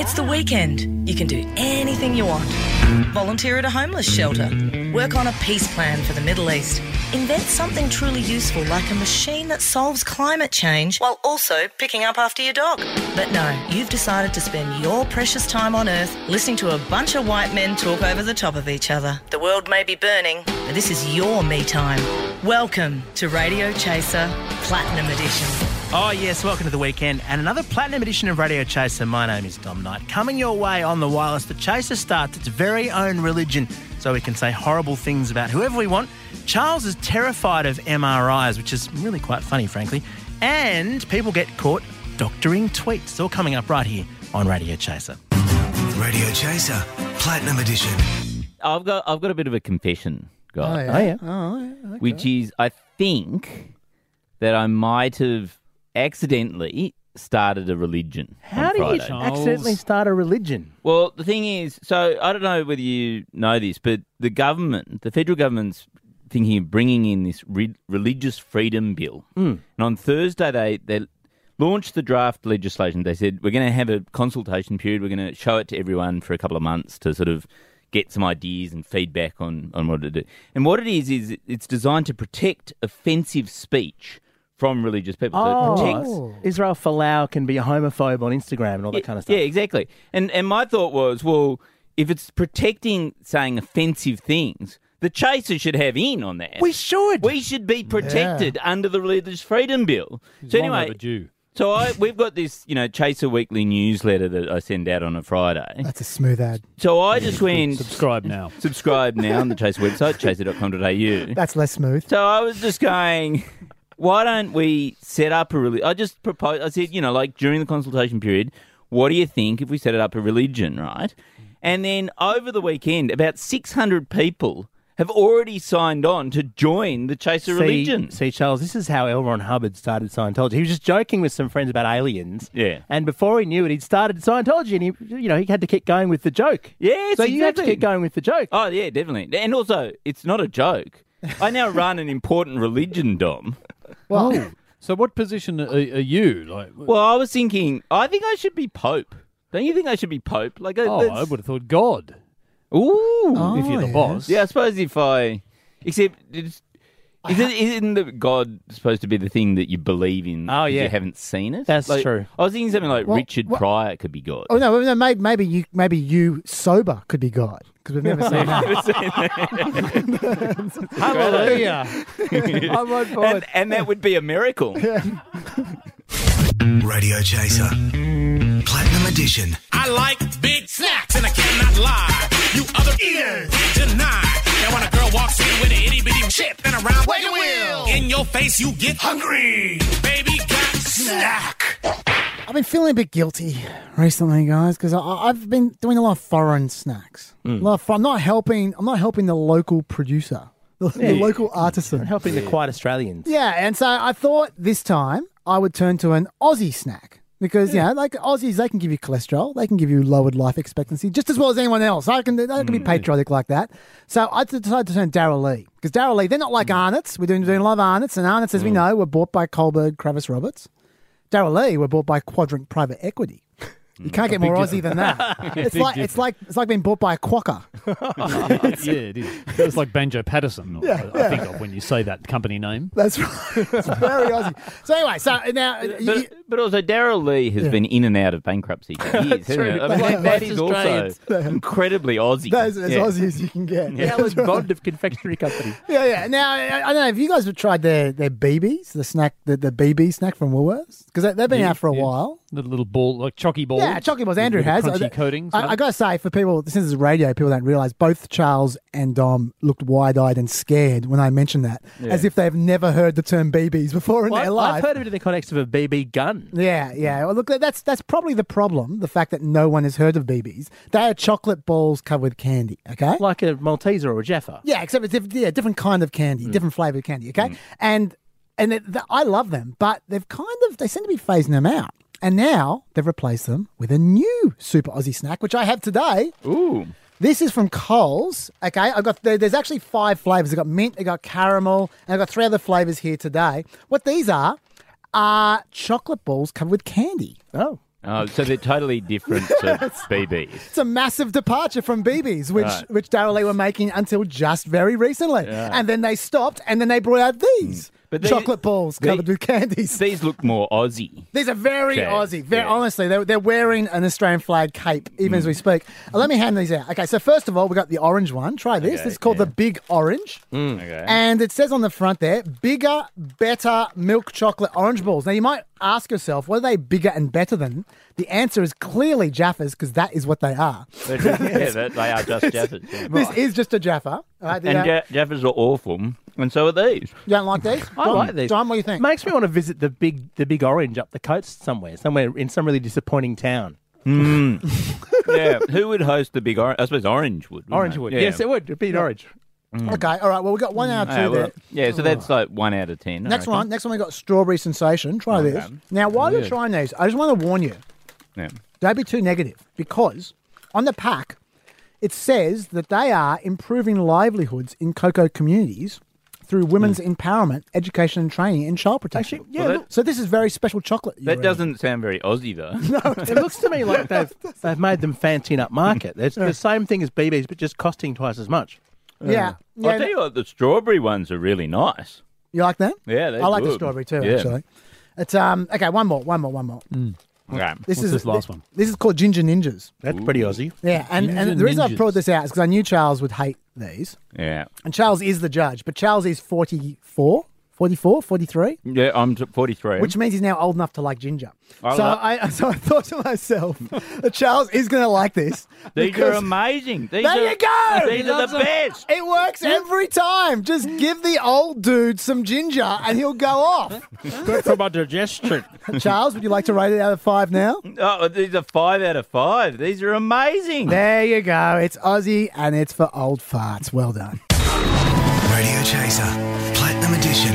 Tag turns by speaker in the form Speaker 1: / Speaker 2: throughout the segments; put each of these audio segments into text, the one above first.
Speaker 1: It's the weekend. You can do anything you want. Volunteer at a homeless shelter. Work on a peace plan for the Middle East. Invent something truly useful like a machine that solves climate change while also picking up after your dog. But no, you've decided to spend your precious time on Earth listening to a bunch of white men talk over the top of each other. The world may be burning, but this is your me time. Welcome to Radio Chaser Platinum Edition.
Speaker 2: Oh, yes, welcome to the weekend and another platinum edition of Radio Chaser. My name is Dom Knight. Coming your way on the wireless, the Chaser starts its very own religion so we can say horrible things about whoever we want. Charles is terrified of MRIs, which is really quite funny, frankly. And people get caught doctoring tweets. It's all coming up right here on Radio Chaser.
Speaker 3: Radio Chaser, Platinum Edition.
Speaker 4: I've got I've got a bit of a confession, guys.
Speaker 2: Oh, yeah?
Speaker 4: Which is I think that I might have accidentally started a religion.
Speaker 2: How
Speaker 4: on
Speaker 2: do you
Speaker 4: Friday.
Speaker 2: accidentally start a religion?
Speaker 4: Well, the thing is, so I don't know whether you know this, but the government, the federal government's thinking of bringing in this re- religious freedom bill. Mm. And on Thursday, they, they launched the draft legislation. They said, we're going to have a consultation period. We're going to show it to everyone for a couple of months to sort of get some ideas and feedback on, on what to do. And what it is, is it's designed to protect offensive speech from religious people.
Speaker 2: Oh,
Speaker 4: so it protects
Speaker 2: right. Israel Folau can be a homophobe on Instagram and all that
Speaker 4: yeah,
Speaker 2: kind of stuff.
Speaker 4: Yeah, exactly. And and my thought was, well, if it's protecting saying offensive things, the chaser should have in on that.
Speaker 2: We should.
Speaker 4: We should be protected under the religious freedom bill. so anyway, so I we've got this, you know, chaser weekly newsletter that I send out on a Friday.
Speaker 5: That's a smooth ad.
Speaker 4: So I just went
Speaker 6: Subscribe now.
Speaker 4: subscribe now on the Chaser website, chaser.com.au.
Speaker 5: That's less smooth.
Speaker 4: So I was just going, why don't we set up a religion? I just proposed, I said, you know, like during the consultation period, what do you think if we set it up a religion, right? And then over the weekend, about 600 people have already signed on to join the Chaser
Speaker 2: see,
Speaker 4: religion.
Speaker 2: See, Charles, this is how L. Ron Hubbard started Scientology. He was just joking with some friends about aliens.
Speaker 4: Yeah.
Speaker 2: And before he knew it, he'd started Scientology and he, you know, he had to keep going with the joke.
Speaker 4: Yes,
Speaker 2: So you have to
Speaker 4: exactly.
Speaker 2: keep going with the joke.
Speaker 4: Oh, yeah, definitely. And also, it's not a joke. I now run an important religion, Dom.
Speaker 6: Well, so what position are, are you? Like,
Speaker 4: Well, I was thinking, I think I should be Pope. Don't you think I should be Pope? Like, uh,
Speaker 6: oh, I would have thought God.
Speaker 4: Ooh.
Speaker 2: Oh.
Speaker 6: if you're the
Speaker 5: yes.
Speaker 6: boss,
Speaker 4: Yeah, I suppose if I, except it's, is it, isn't the God supposed to be the thing that you believe in?
Speaker 2: Oh,
Speaker 4: if
Speaker 2: yeah.
Speaker 4: you haven't seen it.
Speaker 2: That's
Speaker 4: Like,
Speaker 2: true.
Speaker 4: I was thinking something like
Speaker 5: Well,
Speaker 4: Richard
Speaker 5: well-
Speaker 4: Pryor could be God.
Speaker 5: Oh no, no maybe, maybe you maybe you sober could be God because we've never seen that. Oh,
Speaker 2: Hallelujah.
Speaker 5: I'm on board.
Speaker 4: and, and that would be a miracle.
Speaker 3: Radio Chaser, Platinum Edition.
Speaker 7: I like big snacks, and I cannot lie. You other eaters deny. Now when a girl walks in with an itty bitty chip and a round wagon wheel, in your face you get hungry. Baby got snack.
Speaker 5: I've been feeling a bit guilty recently, guys, because I've been doing a lot of foreign snacks. A lot of, fo- I'm not helping. I'm not helping the local producer, the, the local artisan.
Speaker 2: Helping the quiet Australians.
Speaker 5: Yeah, and so I thought this time I would turn to an Aussie snack because you know, like Aussies, they can give you cholesterol, they can give you lowered life expectancy just as well as anyone else. I can, they can be patriotic like that. So I d- decided to turn Daryl Lee because Daryl Lee, they're not like Arnott's. We're doing, doing a lot of Arnott's, and Arnott's, as we know, were bought by Kohlberg, Kravis Roberts. Daryl Lee were bought by Quadrant Private Equity. You can't get more Aussie than that. It's like it's like it's like being bought by a quokka.
Speaker 6: yeah, it is. It's like Banjo Patterson. I, I think of when you say that company name.
Speaker 5: That's right. It's very Aussie. So anyway, so now you-
Speaker 4: But, but also, Daryl Lee has been in and out of bankruptcy for years. hasn't
Speaker 6: true.
Speaker 4: it? I mean, like, that is also
Speaker 6: Australians.
Speaker 4: incredibly Aussie.
Speaker 5: that is as
Speaker 4: Yeah.
Speaker 5: Aussie as you can get.
Speaker 2: Alan Bond of Confectionery Company.
Speaker 5: Yeah, yeah. Now I I don't know if you guys have tried their their BBs, the snack, the, the BB snack from Woolworths, because they, they've been out for a while.
Speaker 6: The little ball, like chocky balls.
Speaker 5: Yeah, Chocky Balls. Andrew
Speaker 6: with the
Speaker 5: has.
Speaker 6: crunchy
Speaker 5: I,
Speaker 6: coatings.
Speaker 5: I, I gotta say, for people, since it's radio, people don't realize both Charles and Dom looked wide eyed and scared when I mentioned that, as if they've never heard the term BBs before in their
Speaker 2: Well, I've
Speaker 5: life.
Speaker 2: heard of it in the context of a BB gun.
Speaker 5: yeah, yeah. Well, look, that- that's that's probably the problem. The fact that no one has heard of BBs. They are chocolate balls covered with candy. Okay.
Speaker 2: Like a Malteser or a Jaffa.
Speaker 5: Yeah, except it's diff- yeah, different kind of candy, different flavored candy. Okay, and and it, the, I love them, but they've kind of they seem to be phasing them out, and now they've replaced them with a new super Aussie snack, which I have today.
Speaker 4: Ooh.
Speaker 5: This is from Coles. Okay, I've got there, there's actually five flavors. I've got mint, I've got caramel, and I've got three other flavors here today. What these are are chocolate balls covered with candy.
Speaker 2: Oh.
Speaker 4: Oh, so they're totally different to BBs.
Speaker 5: It's a massive departure from BB's, which
Speaker 4: Right.
Speaker 5: which Daryl Lee were making until just very recently, and then they stopped, and then they brought out these
Speaker 4: Mm. But they-
Speaker 5: chocolate balls
Speaker 4: they-
Speaker 5: covered with candies.
Speaker 4: These look more Aussie.
Speaker 5: These are very
Speaker 4: Okay,
Speaker 5: Aussie. Very
Speaker 4: yeah. Mm.
Speaker 5: honestly, they're, they're wearing an Australian flag cape even as we speak. Uh, let me hand these out. Okay, so first of all, we got the orange one. Try this.
Speaker 4: Okay,
Speaker 5: This is called
Speaker 4: yeah. Mm,
Speaker 5: the Big Orange,
Speaker 4: Okay.
Speaker 5: and it says on the front there, "Bigger, better milk chocolate orange balls." Now you might ask yourself, what are they bigger and better than? The answer is clearly Jaffas because that is what they are.
Speaker 4: They're just- yeah, they- they are just Jaffas. yeah.
Speaker 5: This is just a Jaffa. All right, you,
Speaker 4: And
Speaker 5: don't,
Speaker 4: ja- Jaffas are awful, and so are these.
Speaker 5: you don't like these?
Speaker 8: I
Speaker 5: John,
Speaker 8: like these.
Speaker 5: John, what do you think?
Speaker 8: Makes me want to visit the big, the big orange up the coast somewhere, somewhere in some really disappointing town.
Speaker 4: Yeah. Who would host the big orange? I suppose Orange would. wouldn't they?
Speaker 8: would.
Speaker 4: Yeah.
Speaker 8: Yes, it would. It'd be an orange.
Speaker 5: Okay, all right. Well, we got one
Speaker 8: Mm.
Speaker 5: out of two
Speaker 4: Ah, well,
Speaker 5: there.
Speaker 4: yeah, so that's like one out of ten. I
Speaker 5: Next
Speaker 4: reckon.
Speaker 5: Oh. one. Next one, we got strawberry sensation. Try this. Now, while you're trying these, I just want to warn you:
Speaker 4: Yeah.
Speaker 5: don't be too negative because on the pack, it says that they are improving livelihoods in cocoa communities through women's empowerment, education, and training in child
Speaker 8: Mm.
Speaker 5: protection.
Speaker 8: Actually, yeah, Well, that- look-
Speaker 5: so this is very special chocolate. you're
Speaker 4: That
Speaker 5: eating.
Speaker 4: doesn't sound very Aussie though.
Speaker 8: it looks to me like they've they've made them fancy
Speaker 4: Mm-hmm.
Speaker 8: and upmarket. It's the same thing as BBs, but just costing twice as much.
Speaker 5: Yeah. yeah
Speaker 4: I'll tell you what, the strawberry ones are really nice.
Speaker 5: You like that?
Speaker 4: Yeah, they're
Speaker 5: I like the
Speaker 4: good.
Speaker 5: strawberry too.
Speaker 4: Yeah. Mm,
Speaker 5: Actually, it's um okay. One more, one more, one more.
Speaker 4: Okay.
Speaker 5: This is
Speaker 6: this last
Speaker 5: thi-
Speaker 6: one?
Speaker 5: This is called Ginger Ninjas.
Speaker 8: That's pretty Aussie.
Speaker 5: Yeah, and,
Speaker 6: Ginger
Speaker 5: and the reason I
Speaker 6: Ninjas.
Speaker 5: brought this out is because I knew Charles would hate these,
Speaker 4: Yeah.
Speaker 5: and Charles is the judge, but Charles is 44, 44, 43,
Speaker 4: Yeah, I'm t- 43.
Speaker 5: which means he's now old enough to like ginger.
Speaker 4: I
Speaker 5: so
Speaker 4: like-
Speaker 5: I so I thought to myself that Charles is going to like this.
Speaker 4: These are
Speaker 5: because-
Speaker 4: amazing. These
Speaker 5: There
Speaker 4: are,
Speaker 5: you go!
Speaker 4: These are the best.
Speaker 5: It works every time. Just give the old dude some ginger and he'll go off.
Speaker 6: Good for my digestion.
Speaker 5: Charles, would you like to rate it out of five now?
Speaker 4: Oh, these are five out of five. These are amazing.
Speaker 5: There you go. It's Aussie and it's for old farts. Well done.
Speaker 2: Radio Chaser, Platinum Edition.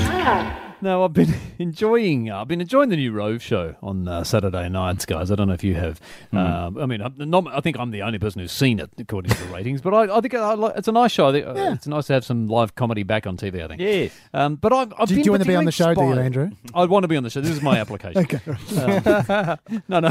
Speaker 6: No, I've been enjoying. uh, I've been enjoying the new Rove show on uh, Saturday nights, guys. I don't know if you have. Um, I mean, I'm not, I think I'm the only person who's seen it according to the ratings. But I, I think I, like- it's a nice show. I think, uh, It's nice to have some live comedy back on TV. I think.
Speaker 4: Yes.
Speaker 6: Um, but I've, I've
Speaker 5: Do- do
Speaker 6: been
Speaker 5: you wanna be on the show,
Speaker 6: particularly
Speaker 5: do you,
Speaker 6: inspired.
Speaker 5: Andrew?
Speaker 6: I'd want to be on the show. This is my application. okay. No, no,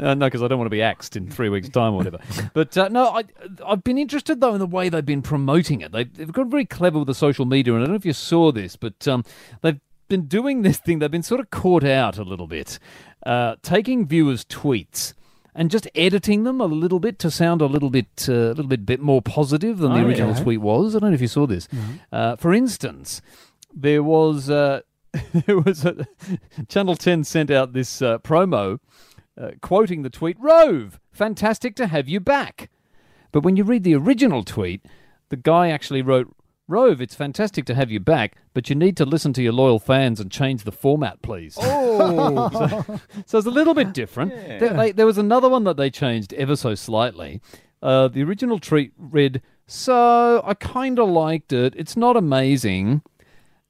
Speaker 6: uh, no, because I don't want to be axed in three weeks' time or whatever. But uh, no, I, I've been interested though in the way they've been promoting it. They've, they've got very clever with the social media, and I don't know if you saw this, but um, they've been doing this thing. They've been sort of caught out a little bit, uh, taking viewers' tweets. And just editing them a little bit to sound a little bit, uh, a little bit, bit more positive than the original tweet was. I don't know if you saw this. Uh, for instance, there was uh, there was a, Channel Ten sent out this uh, promo uh, quoting the tweet. Rove, fantastic to have you back. But when you read the original tweet, the guy actually wrote, Rove, it's fantastic to have you back, but you need to listen to your loyal fans and change the format, please. Oh! so, so it's a little bit different. There, they- there was another one that they changed ever so slightly. Uh, the original tweet read, So I kind of liked it. It's not amazing.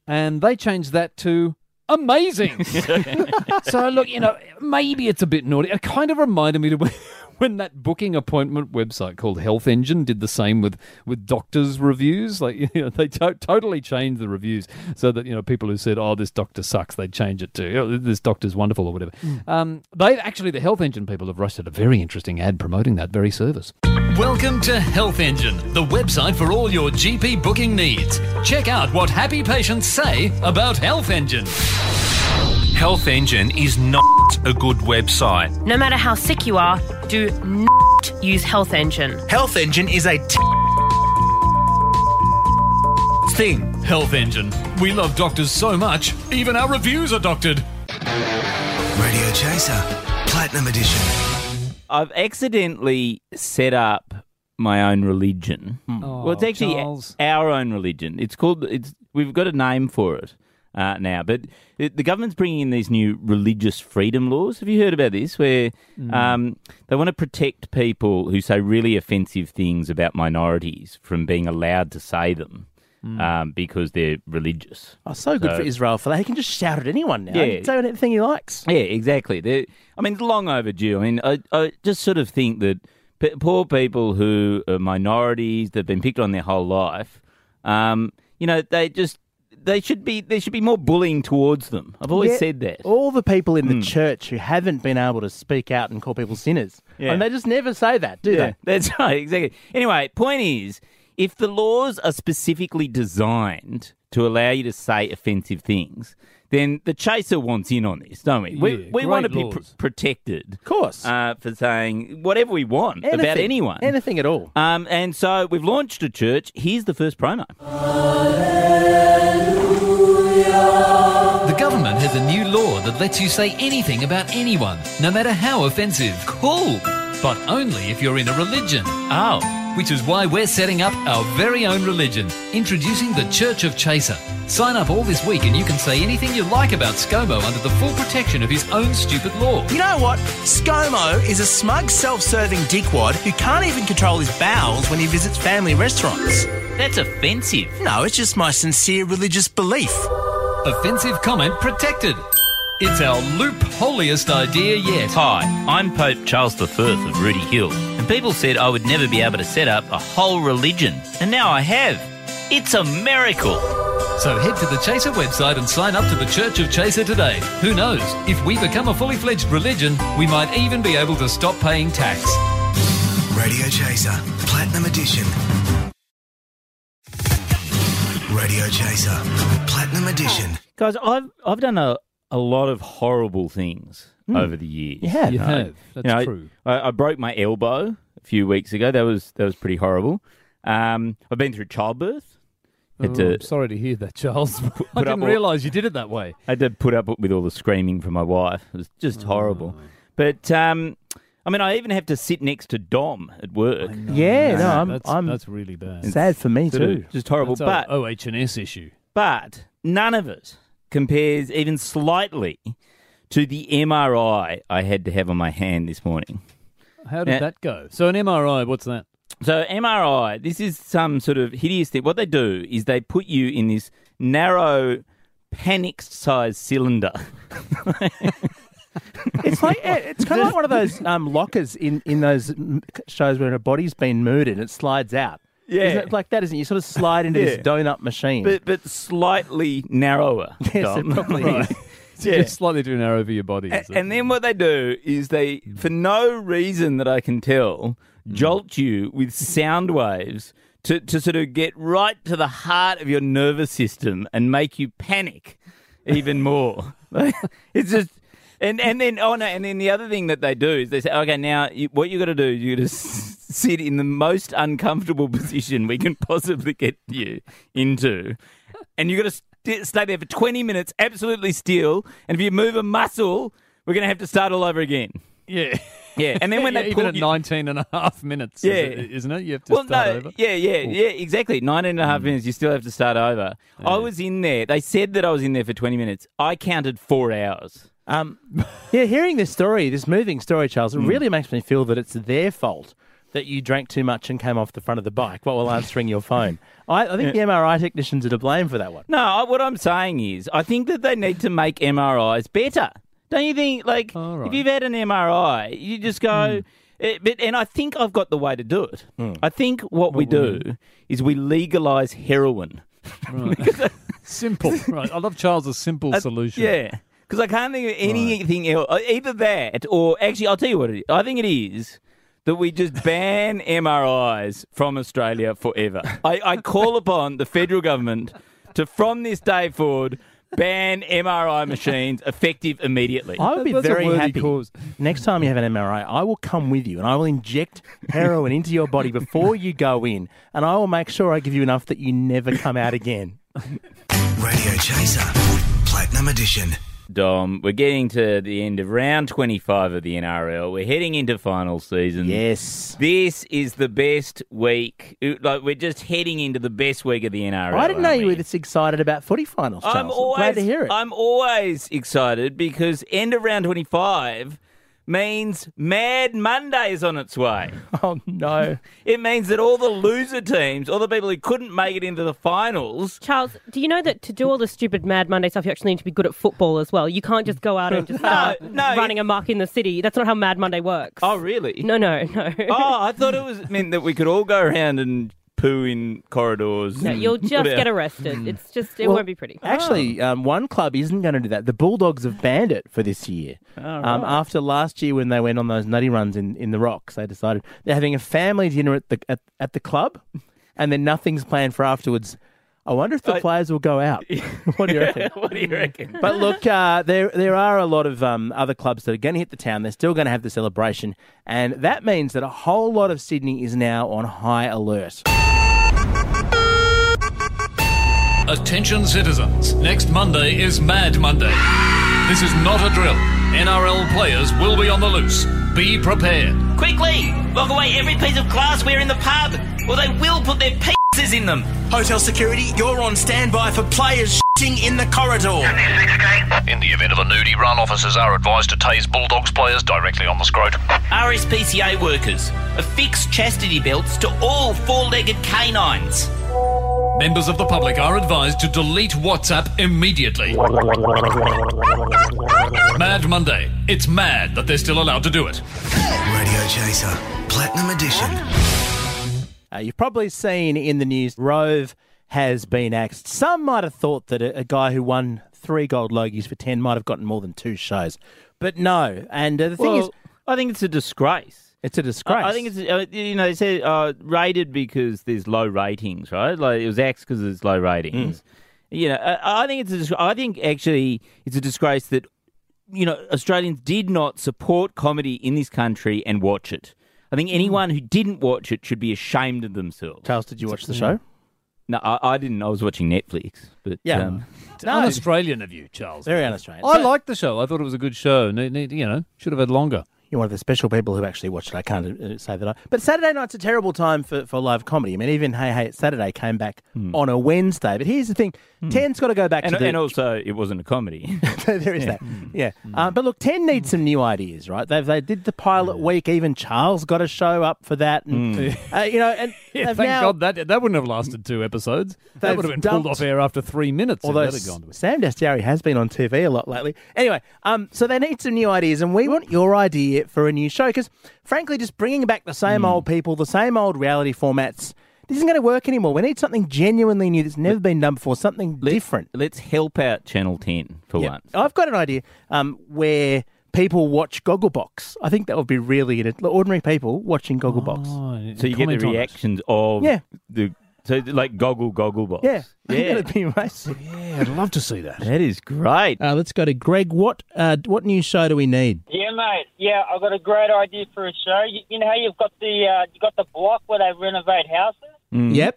Speaker 6: And they changed that to, Amazing! so look, you know, maybe it's a bit naughty. It kind of reminded me to when- when that booking appointment website called Health Engine did the same with with doctors' reviews. Like you know, they to- totally changed the reviews so that you know people who said, "Oh, this doctor sucks," they'd change it to you know, "This doctor's wonderful" or whatever. Um, they actually the Health Engine people have rushed at a very interesting ad promoting that very service.
Speaker 7: Welcome to Health Engine, the website for all your GP booking needs. Check out what happy patients say about Health Engine. Health Engine is not a good website.
Speaker 9: No matter how sick you are, do not use Health Engine.
Speaker 2: Health Engine is a t-
Speaker 7: Thing, Health Engine. We love doctors so much, even our reviews are doctored.
Speaker 2: Radio Chaser, Platinum Edition.
Speaker 4: I've accidentally set up my own religion. well, it's actually
Speaker 6: Charles.
Speaker 4: our own religion. It's called. It's we've got a name for it uh, now, but it, the government's bringing in these new religious freedom laws. Have you heard about this? Where um, they want to protect people who say really offensive things about minorities from being allowed to say them um, because they're religious.
Speaker 8: Oh, so good
Speaker 4: So-
Speaker 8: for Israel for that. He can just shout at anyone now.
Speaker 4: Yeah.
Speaker 8: He can say anything he likes.
Speaker 4: Yeah, exactly. They're, I mean, it's long overdue. I mean, I, I just sort of think that p- poor people who are minorities, they've been picked on their whole life, um, you know, they just they should be there should be more bullying towards them. I've always
Speaker 2: Yeah.
Speaker 4: said that.
Speaker 2: All the people in the
Speaker 4: Hmm.
Speaker 2: church who haven't been able to speak out and call people sinners.
Speaker 4: Yeah.
Speaker 2: And they just never say that, do
Speaker 4: Yeah, that's right, exactly. Anyway, point is, if the laws are specifically designed to allow you to say offensive things, then the chaser wants in on this, don't we?
Speaker 6: Yeah,
Speaker 4: we we
Speaker 6: great
Speaker 4: want to be
Speaker 6: laws.
Speaker 4: pr- protected, of
Speaker 2: course.
Speaker 4: uh, for saying whatever we want
Speaker 2: they? Anything,
Speaker 4: about anyone.
Speaker 2: Anything at all.
Speaker 4: Um, and so we've launched a church. Here's the first promo.
Speaker 7: The government has a new law that lets you say anything about anyone, no matter how offensive. Cool! But only if you're in a religion. Oh. Which is why we're setting up our very own religion, introducing the Church of Chaser. Sign up all this week and you can say anything you like about ScoMo under the full protection of his own stupid law.
Speaker 3: You know what? ScoMo is a smug, self serving dickwad who can't even control his bowels when he visits family restaurants.
Speaker 4: That's offensive.
Speaker 3: No, it's just my sincere religious belief.
Speaker 7: Offensive comment protected. It's our loop holiest idea yet.
Speaker 4: Hi, I'm Pope Charles I of Rudy Hill, and people said I would never be able to set up a whole religion, and now I have. It's a miracle.
Speaker 7: So head to the Chaser website and sign up to the Church of Chaser today. Who knows? If we become a fully fledged religion, we might even be able to stop paying tax.
Speaker 3: Radio Chaser, Platinum Edition. Radio Chaser, Platinum Edition.
Speaker 4: Guys, I've I've done a, a lot of horrible things over the years. Hmm. Yeah,
Speaker 6: You have. That's
Speaker 4: You know,
Speaker 6: true.
Speaker 4: I, I broke my elbow a few weeks ago. That was that was pretty horrible. Um, I've been through childbirth. Had
Speaker 6: Oh,
Speaker 4: to
Speaker 6: I'm sorry to hear that, Charles. I
Speaker 4: up
Speaker 6: didn't
Speaker 4: all-
Speaker 6: realise you did it that way.
Speaker 4: had to put up with all the screaming from my wife. It was just horrible.
Speaker 6: Oh.
Speaker 4: But um, I mean, I even have to sit next to Dom at work.
Speaker 2: Yeah, no, I'm,
Speaker 6: that's,
Speaker 2: I'm
Speaker 6: that's really bad.
Speaker 2: sad for me
Speaker 4: Sort of
Speaker 2: too.
Speaker 4: Just horrible. but
Speaker 6: oh, OH&S issue.
Speaker 4: but none of it compares even slightly to the MRI I had to have on my hand this morning.
Speaker 6: How did
Speaker 4: Yeah.
Speaker 6: that go? So an MRI, what's that?
Speaker 4: So MRI, this is some sort of hideous thing. What they do is they put you in this narrow, panic-sized cylinder.
Speaker 2: It's like yeah, it's kind of like one of those um, lockers in in those m- shows where a body's been murdered and it slides out.
Speaker 4: Yeah.
Speaker 2: Isn't it like that, isn't it? You sort of slide into this
Speaker 4: Yeah.
Speaker 2: donut machine.
Speaker 4: But but slightly narrower.
Speaker 2: yes, it
Speaker 4: Dom.
Speaker 2: probably is.
Speaker 4: Yeah. Eh,
Speaker 6: Just slightly too narrow for your body.
Speaker 4: A-
Speaker 6: is it?
Speaker 4: and then what they do is they, for no reason that I can tell, jolt you with sound waves to, to sort of get right to the heart of your nervous system and make you panic even more. Like, it's just. And, and then oh no and then the other thing that they do is they say okay now you, what you got to do is you got to s- sit in the most uncomfortable position we can possibly get you into and you got to st- stay there for 20 minutes absolutely still. And if you move a muscle, we're going to have to start all over again.
Speaker 6: yeah.
Speaker 4: Yeah. And then when
Speaker 6: Yeah,
Speaker 4: they
Speaker 6: even
Speaker 4: pull
Speaker 6: at
Speaker 4: you,
Speaker 6: 19 and a half minutes,
Speaker 4: Yeah.
Speaker 6: is it, isn't it? You have to
Speaker 4: well,
Speaker 6: start
Speaker 4: no,
Speaker 6: over. Mm.
Speaker 4: yeah, yeah, yeah, exactly. 19 and a half minutes, you still have to start over. I was in there. They said that I was in there for 20 minutes. I counted four hours.
Speaker 2: Um, yeah, hearing this story, this moving story, Charles, it
Speaker 4: Hmm.
Speaker 2: really makes me feel that it's their fault that you drank too much and came off the front of the bike while answering your phone. I, I think the MRI technicians are to blame for that one.
Speaker 4: No, I, what I'm saying is, I think that they need to make MRIs better. Don't you think? Like,
Speaker 6: All right.
Speaker 4: if you've had an MRI, you just go. eh, but and I think I've got the way to do it. I think what, we do is we legalize heroin.
Speaker 6: Simple. right. I love Charles's simple
Speaker 4: I-
Speaker 6: solution.
Speaker 4: Yeah. Because I can't think of anything else. Uh, Either that or actually, I'll tell you what it is. I think it is that we just ban MRIs from Australia forever. I, I call upon the federal government to, from this day forward, ban MRI machines effective immediately.
Speaker 2: I would be
Speaker 6: That's a
Speaker 2: very
Speaker 6: worthy
Speaker 2: happy.
Speaker 6: cause.
Speaker 2: Next time you have an MRI, I will come with you and I will inject heroin into your body before you go in, and I will make sure I give you enough that you never come out again.
Speaker 3: Radio Chaser, Platinum Edition.
Speaker 4: Dom, we're getting to the end of round 25 of the NRL. We're heading into final season.
Speaker 2: Yes.
Speaker 4: This is the best week. Like we're just heading into the best week of the NRL.
Speaker 2: I didn't know
Speaker 4: aren't
Speaker 2: you
Speaker 4: we?
Speaker 2: were this excited about footy finals, Charles.
Speaker 4: I'm always
Speaker 2: glad to hear it.
Speaker 4: I'm always excited because end of round 25 means Mad Monday is on its way.
Speaker 2: oh, no.
Speaker 4: It means that all the loser teams, all the people who couldn't make it into the finals,
Speaker 10: Charles, do you know that to do all the stupid Mad Monday stuff, you actually need to be good at football as well? You can't just go out and just start
Speaker 4: no,
Speaker 10: running
Speaker 4: it-
Speaker 10: amok in the city. That's not how Mad Monday works.
Speaker 4: Oh, really?
Speaker 10: No, no, no.
Speaker 4: Oh, I thought it was meant that we could all go around and poo in corridors.
Speaker 9: No,
Speaker 4: and
Speaker 9: you'll just
Speaker 4: whatever.
Speaker 9: get arrested. It's just it
Speaker 2: Well,
Speaker 9: won't be pretty.
Speaker 11: Oh.
Speaker 2: Actually, um, one club isn't going to do that. The Bulldogs have banned it for this year. Um, after last year, when they went on those nutty runs in, in the rocks, they decided they're having a family dinner at the at, at the club, and then nothing's planned for afterwards. I wonder if the
Speaker 4: I-
Speaker 2: players will go out. what do you reckon?
Speaker 4: what do you reckon?
Speaker 2: But look, uh, there there are a lot of um, other clubs that are going to hit the town. They're still going to have the celebration, and that means that a whole lot of Sydney is now on high alert.
Speaker 7: Attention citizens, next Monday is Mad Monday. This is not a drill. NRL players will be on the loose. Be prepared.
Speaker 12: Quickly! Lock away every piece of glassware in the pub, or they will put their pieces in them.
Speaker 2: Hotel security, you're on standby for players shitting in the corridor.
Speaker 7: In the event of a nudie run, officers are advised to tase Bulldogs players directly on the scrotum.
Speaker 12: RSPCA workers, affix chastity belts to all four legged canines.
Speaker 7: Members of the public are advised to delete WhatsApp immediately. Mad Monday. It's mad that they're still allowed to do it.
Speaker 13: Radio Chaser, Platinum Edition.
Speaker 2: Uh, you've probably seen in the news Rove has been axed. Some might have thought that a, a guy who won three gold logies for 10 might have gotten more than two shows. But no. And uh, the thing is,
Speaker 4: Well, I think it's a disgrace.
Speaker 2: it's a disgrace.
Speaker 4: I I think it's uh, you know they said uh, rated because there's low ratings, right? Like it was X because it's low ratings. You know, I, I think it's a, dis- I think actually it's a disgrace that you know Australians did not support comedy in this country and watch it. I think anyone who didn't watch it should be ashamed of themselves.
Speaker 2: Charles, did you watch
Speaker 6: Mm.
Speaker 2: the show?
Speaker 4: No, I, I didn't. I was watching Netflix, but
Speaker 2: Yeah.
Speaker 4: um,
Speaker 2: no,
Speaker 6: An Australian of you, Charles.
Speaker 2: very un-Australian.
Speaker 6: I liked the show. I thought it was a good show. Ne- ne- You know, should have had longer.
Speaker 2: You're one of the special people who actually watched it. I can't uh, say that. I, but Saturday night's a terrible time for, for live comedy. I mean, even Hey Hey It's Saturday came back on a Wednesday. But here's the thing: Ten's got to go back
Speaker 4: Hmm. and,
Speaker 2: to the
Speaker 4: and also it wasn't a Hmm. comedy.
Speaker 2: there is that. Yeah. Uh, but look, 10 needs some new ideas, right? They've, they did the pilot week. Even Charles got a show up for that. And,
Speaker 4: Hmm.
Speaker 2: uh, you know, and they've
Speaker 6: Thank
Speaker 2: now,
Speaker 6: God that that wouldn't have lasted two episodes. That
Speaker 2: They've
Speaker 6: would have been
Speaker 2: dumped-
Speaker 6: pulled off air after three minutes. if
Speaker 2: Although
Speaker 6: that had gone to it.
Speaker 2: Sam Dastiari has been on TV a lot lately. Anyway, um, so they need some new ideas, and we want your idea for a new show because, frankly, just bringing back the same old people, the same old reality formats, this isn't going to work anymore. We need something genuinely new that's never been done before, something different.
Speaker 4: Let's help out Channel Ten for
Speaker 2: Yeah.
Speaker 4: once.
Speaker 2: I've got an idea um, where people watch Gogglebox. I think that would be really in it. Ordinary people watching Gogglebox.
Speaker 4: So you get the
Speaker 6: Comment on it.
Speaker 4: reactions of
Speaker 2: Yeah.
Speaker 4: the so like goggle goggle box.
Speaker 2: Yeah.
Speaker 4: yeah,
Speaker 2: That'd be amazing.
Speaker 6: Yeah, I'd love to see that.
Speaker 4: that is great.
Speaker 2: Uh, let's go to Greg. What uh, what new show do we need?
Speaker 11: Yeah, mate. Yeah, I've got a great idea for a show. You, you know how you've got the uh, you got the block where they renovate houses.
Speaker 2: Yep.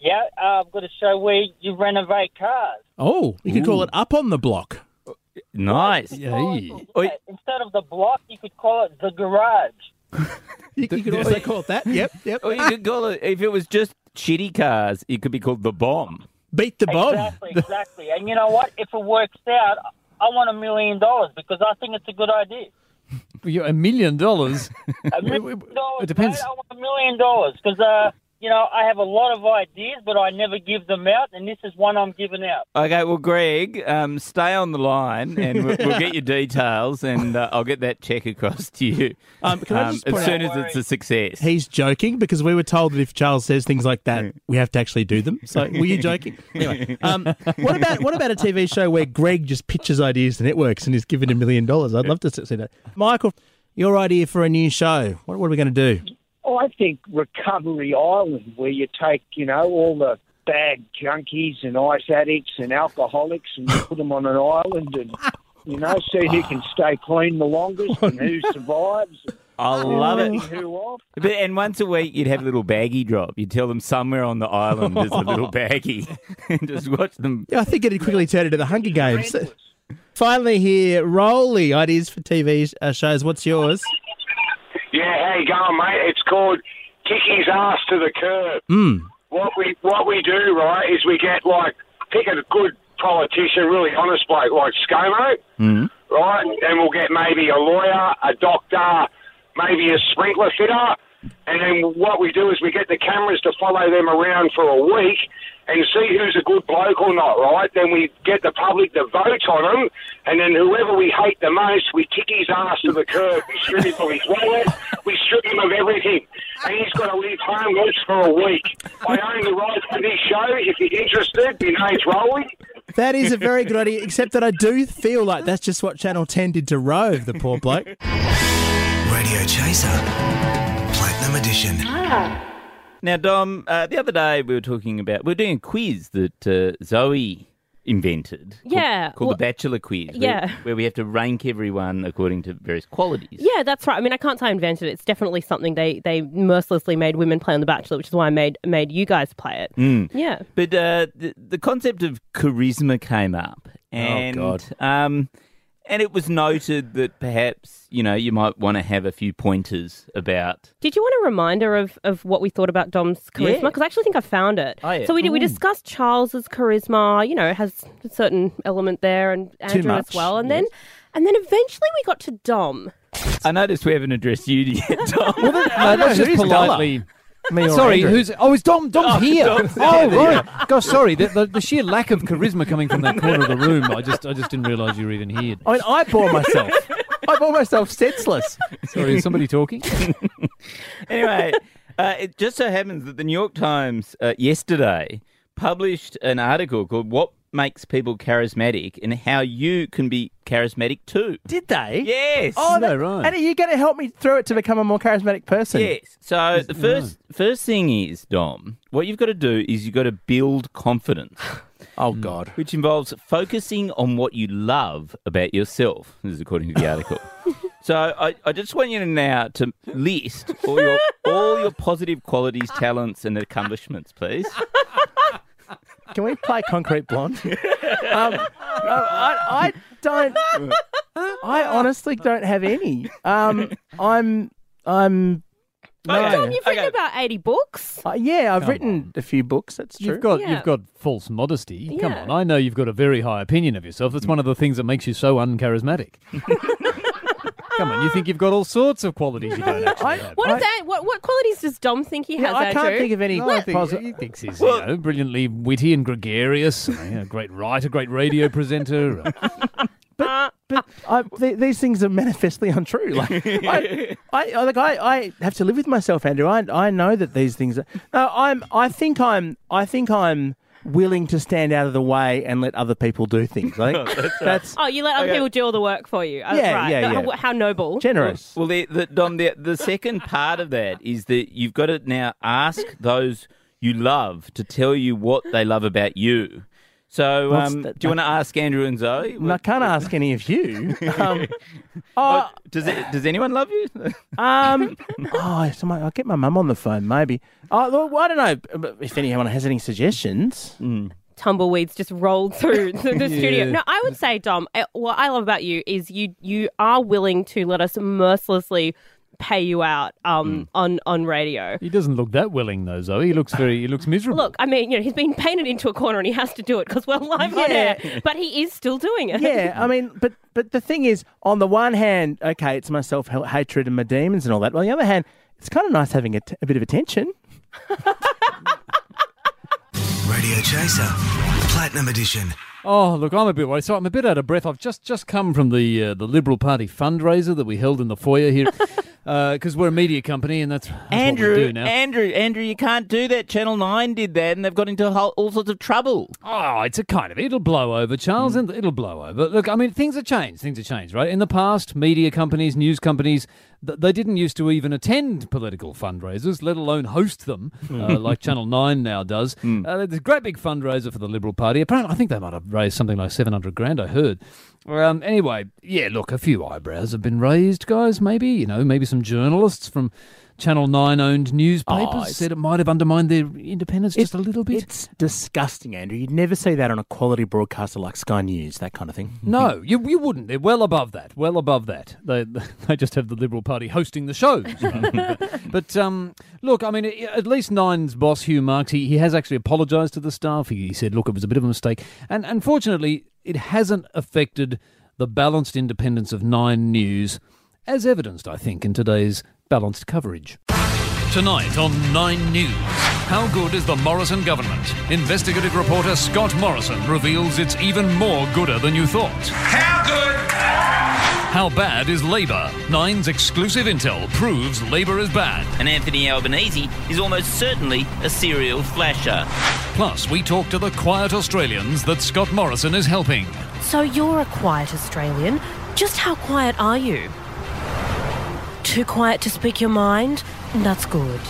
Speaker 11: Yeah, uh, I've got a show where you renovate cars.
Speaker 2: Oh, you could call it Up on the Block.
Speaker 4: Nice.
Speaker 6: Hey.
Speaker 4: Oi.
Speaker 11: Instead of the block, you could call it the garage.
Speaker 2: You, you could also call it that. Yep. Yep.
Speaker 4: Or you could call it if it was just shitty cars, it could be called the bomb.
Speaker 2: Beat the bomb.
Speaker 11: Exactly, exactly. And you know what? If it works out, I want a million dollars because I think it's a good idea.
Speaker 6: You're a million dollars.
Speaker 11: A million dollars.
Speaker 6: depends.
Speaker 11: mate, I want a million dollars because uh, you know I have a lot of ideas, but I never give them out, and this is one I'm giving out.
Speaker 4: Okay, well, Greg, um, stay on the line and we'll, we'll get your details, and uh, I'll get that check across to you
Speaker 2: Um, can I just point
Speaker 4: as
Speaker 2: out-
Speaker 4: soon as it's a success.
Speaker 2: He's joking because we were told that if Charles says things like that, we have to actually do them. So were you joking? Anyway, um, what about what about a TV show where Greg just pitches ideas to networks and is given a million dollars? I'd love to see that. Michael, your idea for a new show. What, what are we going to do?
Speaker 11: I think Recovery Island, where you take, you know, all the bad junkies and ice addicts and alcoholics and you put them on an island and, you know, see who can stay clean the longest and who survives.
Speaker 4: I love
Speaker 11: and
Speaker 4: it.
Speaker 11: Who off.
Speaker 4: But, and once a week, you'd have a little baggy drop. You'd tell them somewhere on the island there's a little baggy, and just watch them.
Speaker 2: Yeah, I think it'd quickly turn into the Hunger Games. Finally, here, Rolly, ideas for TV uh, shows. What's yours?
Speaker 10: Yeah, how you going, mate? It's called kick his ass to the curb. Mm. What we what we do, right, is we get like pick a good politician, really honest bloke like ScoMo, mm. right, and we'll get maybe a lawyer, a doctor, maybe a sprinkler fitter, and then what we do is we get the cameras to follow them around for a week and see who's a good bloke or not, right? Then we get the public to vote on him, and then whoever we hate the most, we kick his ass to the curb. We strip him of his wallet, we strip him of everything, and he's got to leave homeless for a week. I own the rights to this show. If you're interested, my name's Roland.
Speaker 2: That is a very good idea, except that I do feel like that's just what Channel 10 did to Rove, the poor bloke.
Speaker 3: Radio Chaser, Platinum Edition.
Speaker 4: Now, Dom, uh, the other day we were talking about we were doing a quiz that uh, Zoe invented. called-
Speaker 9: Yeah,
Speaker 4: called,
Speaker 9: well-
Speaker 4: the Bachelor Quiz. where-
Speaker 9: Yeah.
Speaker 4: where we have to rank everyone according to various qualities.
Speaker 9: Yeah, that's right. I mean, I can't say I invented it. It's definitely something they, they mercilessly made women play on The Bachelor, which is why I made made you guys play it.
Speaker 4: Mm.
Speaker 9: Yeah.
Speaker 4: But uh, the, the concept of charisma came up, and
Speaker 9: Oh, God.
Speaker 4: Um, and it was noted that perhaps you know you might want to have a few pointers about.
Speaker 9: Did you want a reminder of, of what we thought about Dom's charisma?
Speaker 4: Yeah.
Speaker 9: Because I actually think I found it.
Speaker 4: Oh, yeah.
Speaker 9: So we did, we
Speaker 4: Ooh.
Speaker 9: discussed Charles's charisma. You know, it has a certain element there, and Andrew as
Speaker 4: much,
Speaker 9: well. And then and then eventually we got to Dom.
Speaker 4: I noticed we haven't addressed you yet, Tom.
Speaker 6: No, that's just politely. sorry, who's? Oh, it's Dom. Dom's
Speaker 4: Oh,
Speaker 6: here.
Speaker 4: Dom's
Speaker 6: oh,
Speaker 4: here,
Speaker 6: right. Gosh, sorry. The, the, the sheer lack of charisma coming from that corner of the room. I just, I just didn't realise you were even here.
Speaker 2: I mean, I bore myself. I bore myself senseless.
Speaker 6: Sorry, is somebody talking?
Speaker 4: anyway, uh, it just so happens that the New York Times uh, yesterday published an article called "What Makes People Charismatic and How You Can Be Charismatic Too."
Speaker 2: Did they?
Speaker 4: Yes.
Speaker 2: Oh,
Speaker 4: No,
Speaker 2: that,
Speaker 4: right.
Speaker 2: And are you going to help me through it to become a more charismatic person?
Speaker 4: Yes. So the first first thing is Dom. What you've got to do is you've got to build confidence.
Speaker 2: Oh God!
Speaker 4: Which involves focusing on what you love about yourself. This is according to the article. so I, I just want you to now to list all your all your positive qualities, talents, and accomplishments, please.
Speaker 2: Can we play Concrete Blonde? um, I, I don't. I honestly don't have any. Um, I'm. I'm.
Speaker 9: Oh, Dom,
Speaker 2: no.
Speaker 9: you've written about 80 books.
Speaker 2: Uh, yeah, I've written a few books. That's true.
Speaker 6: You've got
Speaker 9: Yeah.
Speaker 6: you've got false modesty. Come
Speaker 9: Yeah.
Speaker 6: on, I know you've got a very high opinion of yourself. That's one of the things that makes you so uncharismatic. Come on, you think you've got all sorts of qualities you don't actually have.
Speaker 9: What, is that, what, what qualities does Dom think he has, Andrew? Let-
Speaker 6: Posi- he thinks he's you know, brilliantly witty and gregarious, and, you know, a great writer, great radio presenter.
Speaker 2: I, th- these things are manifestly untrue. Like, I, I, I- like I, I have to live with myself, Andrew. I, I know that these things. Are, no, I'm. I think I'm. I think I'm willing to stand out of the way and let other people do things. I think that's
Speaker 9: oh, you let other
Speaker 4: Okay.
Speaker 9: people do all the work for you. Uh,
Speaker 2: Yeah,
Speaker 9: right.
Speaker 2: yeah,
Speaker 9: How-
Speaker 2: yeah.
Speaker 9: How noble.
Speaker 4: Well, the, the, Dom, the, the second part of that is that you've got to now ask those you love to tell you what they love about you. So,
Speaker 2: What's
Speaker 4: um, do
Speaker 2: that-
Speaker 4: you want to ask Andrew and Zoe?
Speaker 2: And I can't ask any of you. Um,
Speaker 4: Oh, does it, does anyone love you?
Speaker 2: um, oh, somebody, I'll get my mum on the phone, maybe. Oh, well, I don't know if anyone has any suggestions.
Speaker 9: tumbleweeds just rolled through the, the studio.
Speaker 2: Yeah.
Speaker 9: No, I
Speaker 4: Mm.
Speaker 9: would say, Dom, I- what I love about you is you you are willing to let us mercilessly pay you out um,
Speaker 4: Mm.
Speaker 9: on on radio.
Speaker 6: he doesn't look that willing though, Zoe. He looks very, he looks miserable.
Speaker 9: Look, I mean, you know, he's been painted into a corner and he has to do it because we're live on
Speaker 2: Yeah.
Speaker 9: air, but he is still doing it.
Speaker 2: Yeah, I mean, but but the thing is, on the one hand, okay, it's my self hatred and my demons and all that. But on the other hand, it's kind of nice having a, t- a bit of attention.
Speaker 3: Radio Chaser, Platinum Edition.
Speaker 6: Oh, look, I'm a bit worried. So I'm a bit out of breath. I've just just come from the uh, the Liberal Party fundraiser that we held in the foyer here, because we're a media company, and that's, that's
Speaker 4: Andrew,
Speaker 6: what we do now.
Speaker 4: Andrew, Andrew, you can't do that. Channel 9 did that and they've got into whole, all sorts of trouble.
Speaker 6: Oh, it's a kind of it'll blow over, Charles.
Speaker 2: Hmm.
Speaker 6: and It'll blow over. Look, I mean, things have changed. Things have changed, right? In the past, media companies, news companies, th- they didn't used to even attend political fundraisers, let alone host them,
Speaker 2: Hmm.
Speaker 7: Mm.
Speaker 6: uh, like Channel Nine now does. Uh, there's a great big fundraiser for the Liberal Party. Apparently, I think they might have raised something like seven hundred grand. I heard. Um, anyway, yeah, look, a few eyebrows have been raised, guys. Maybe you know, maybe some journalists from Channel Nine owned newspapers
Speaker 2: Oh, it's-
Speaker 6: said it might have undermined their independence just a little bit.
Speaker 2: It's disgusting, Andrew. You'd never see that on a quality broadcaster like Sky News, that kind of thing.
Speaker 6: No, you, you wouldn't. They're well above that. Well above that. They they just have the Liberal Party hosting the show. but um, look, I mean, at least Nine's boss Hugh Marks, he, he has actually apologised to the staff. He, he said, look, it was a bit of a mistake, and unfortunately, it hasn't affected the balanced independence of Nine News, as evidenced, I think, in today's balanced coverage.
Speaker 7: Tonight on 9 News. How good is the Morrison government? Investigative reporter Scott Morrison reveals it's even more gooder than you thought.
Speaker 13: How good
Speaker 6: How bad is Labour? Nine's exclusive intel proves Labour is bad.
Speaker 4: And Anthony Albanese is almost certainly a serial flasher.
Speaker 6: Plus, we talk to the quiet Australians that Scott Morrison is helping.
Speaker 1: So you're a quiet Australian. Just how quiet are you? Too quiet to speak your mind? That's good.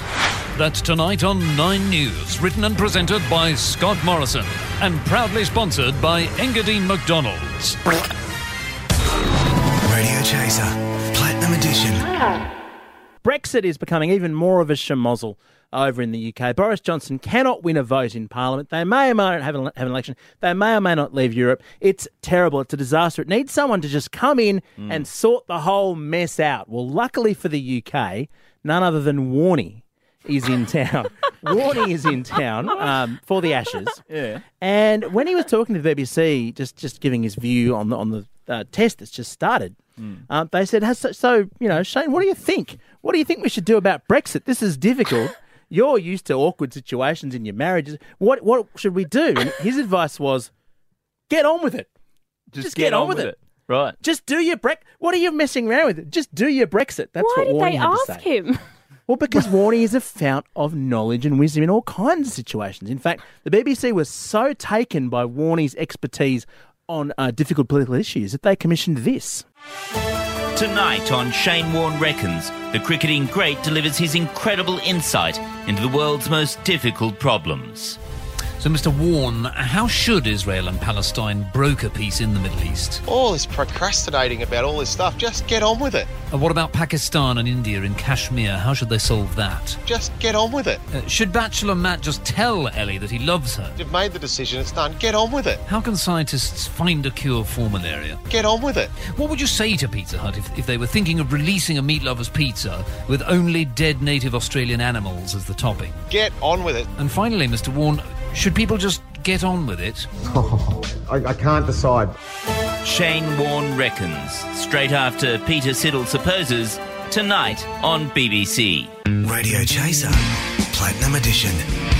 Speaker 6: That's tonight on Nine News, written and presented by Scott Morrison and proudly sponsored by Engadine McDonald's.
Speaker 3: Radio Chaser, Platinum Edition.
Speaker 2: Brexit is becoming even more of a shemozzle over in the UK. Boris Johnson cannot win a vote in Parliament. They may or may not have an, have an election. They may or may not leave Europe. It's terrible. It's a disaster. It needs someone to just come in and sort the whole mess out. Well, luckily for the UK, none other than Warney is in town. Warney is in town um, for the Ashes.
Speaker 14: Yeah.
Speaker 2: And when he was talking to the BBC, just just giving his view on the on the uh, test that's just started, um, they said, "Has- so, "So you know, Shane, what do you think? What do you think we should do about Brexit? This is difficult. You're used to awkward situations in your marriages. What what should we do?" And his advice was, "Get on with it. Just, get, on, with it.
Speaker 14: Right.
Speaker 2: Just do your Brexit. What are you messing around with? Just do your Brexit." That's
Speaker 15: Why
Speaker 2: what
Speaker 15: did
Speaker 2: Warney
Speaker 15: they
Speaker 2: had to
Speaker 15: ask
Speaker 2: say.
Speaker 15: him?
Speaker 2: Well, because Warney is a fount of knowledge and wisdom in all kinds of situations. In fact, the BBC was so taken by Warney's expertise on uh, difficult political issues that they commissioned this.
Speaker 4: Tonight on Shane Warne Reckons, the cricketing great delivers his incredible insight into the world's most difficult problems.
Speaker 6: So, Mr. Warren, how should Israel and Palestine broker peace in the Middle East?
Speaker 7: All this procrastinating about all this stuff, just get on with it.
Speaker 6: And Uh, what about Pakistan and India and Kashmir? How should they solve that?
Speaker 7: Just get on with it.
Speaker 6: Uh, should Bachelor Matt just tell Ellie that he loves her?
Speaker 7: You've made the decision, it's done. Get on with it.
Speaker 6: How can scientists find a cure for malaria?
Speaker 7: Get on with it.
Speaker 6: What would you say to Pizza Hut if, if they were thinking of releasing a meat lover's pizza with only dead native Australian animals as the topping?
Speaker 7: Get on with it.
Speaker 6: And finally, Mr. Warren, should people just get on with it?
Speaker 4: I, I can't decide. Shane Warne Reckons, straight after Peter Siddle supposes, tonight on BBC.
Speaker 3: Radio Chaser, Platinum Edition.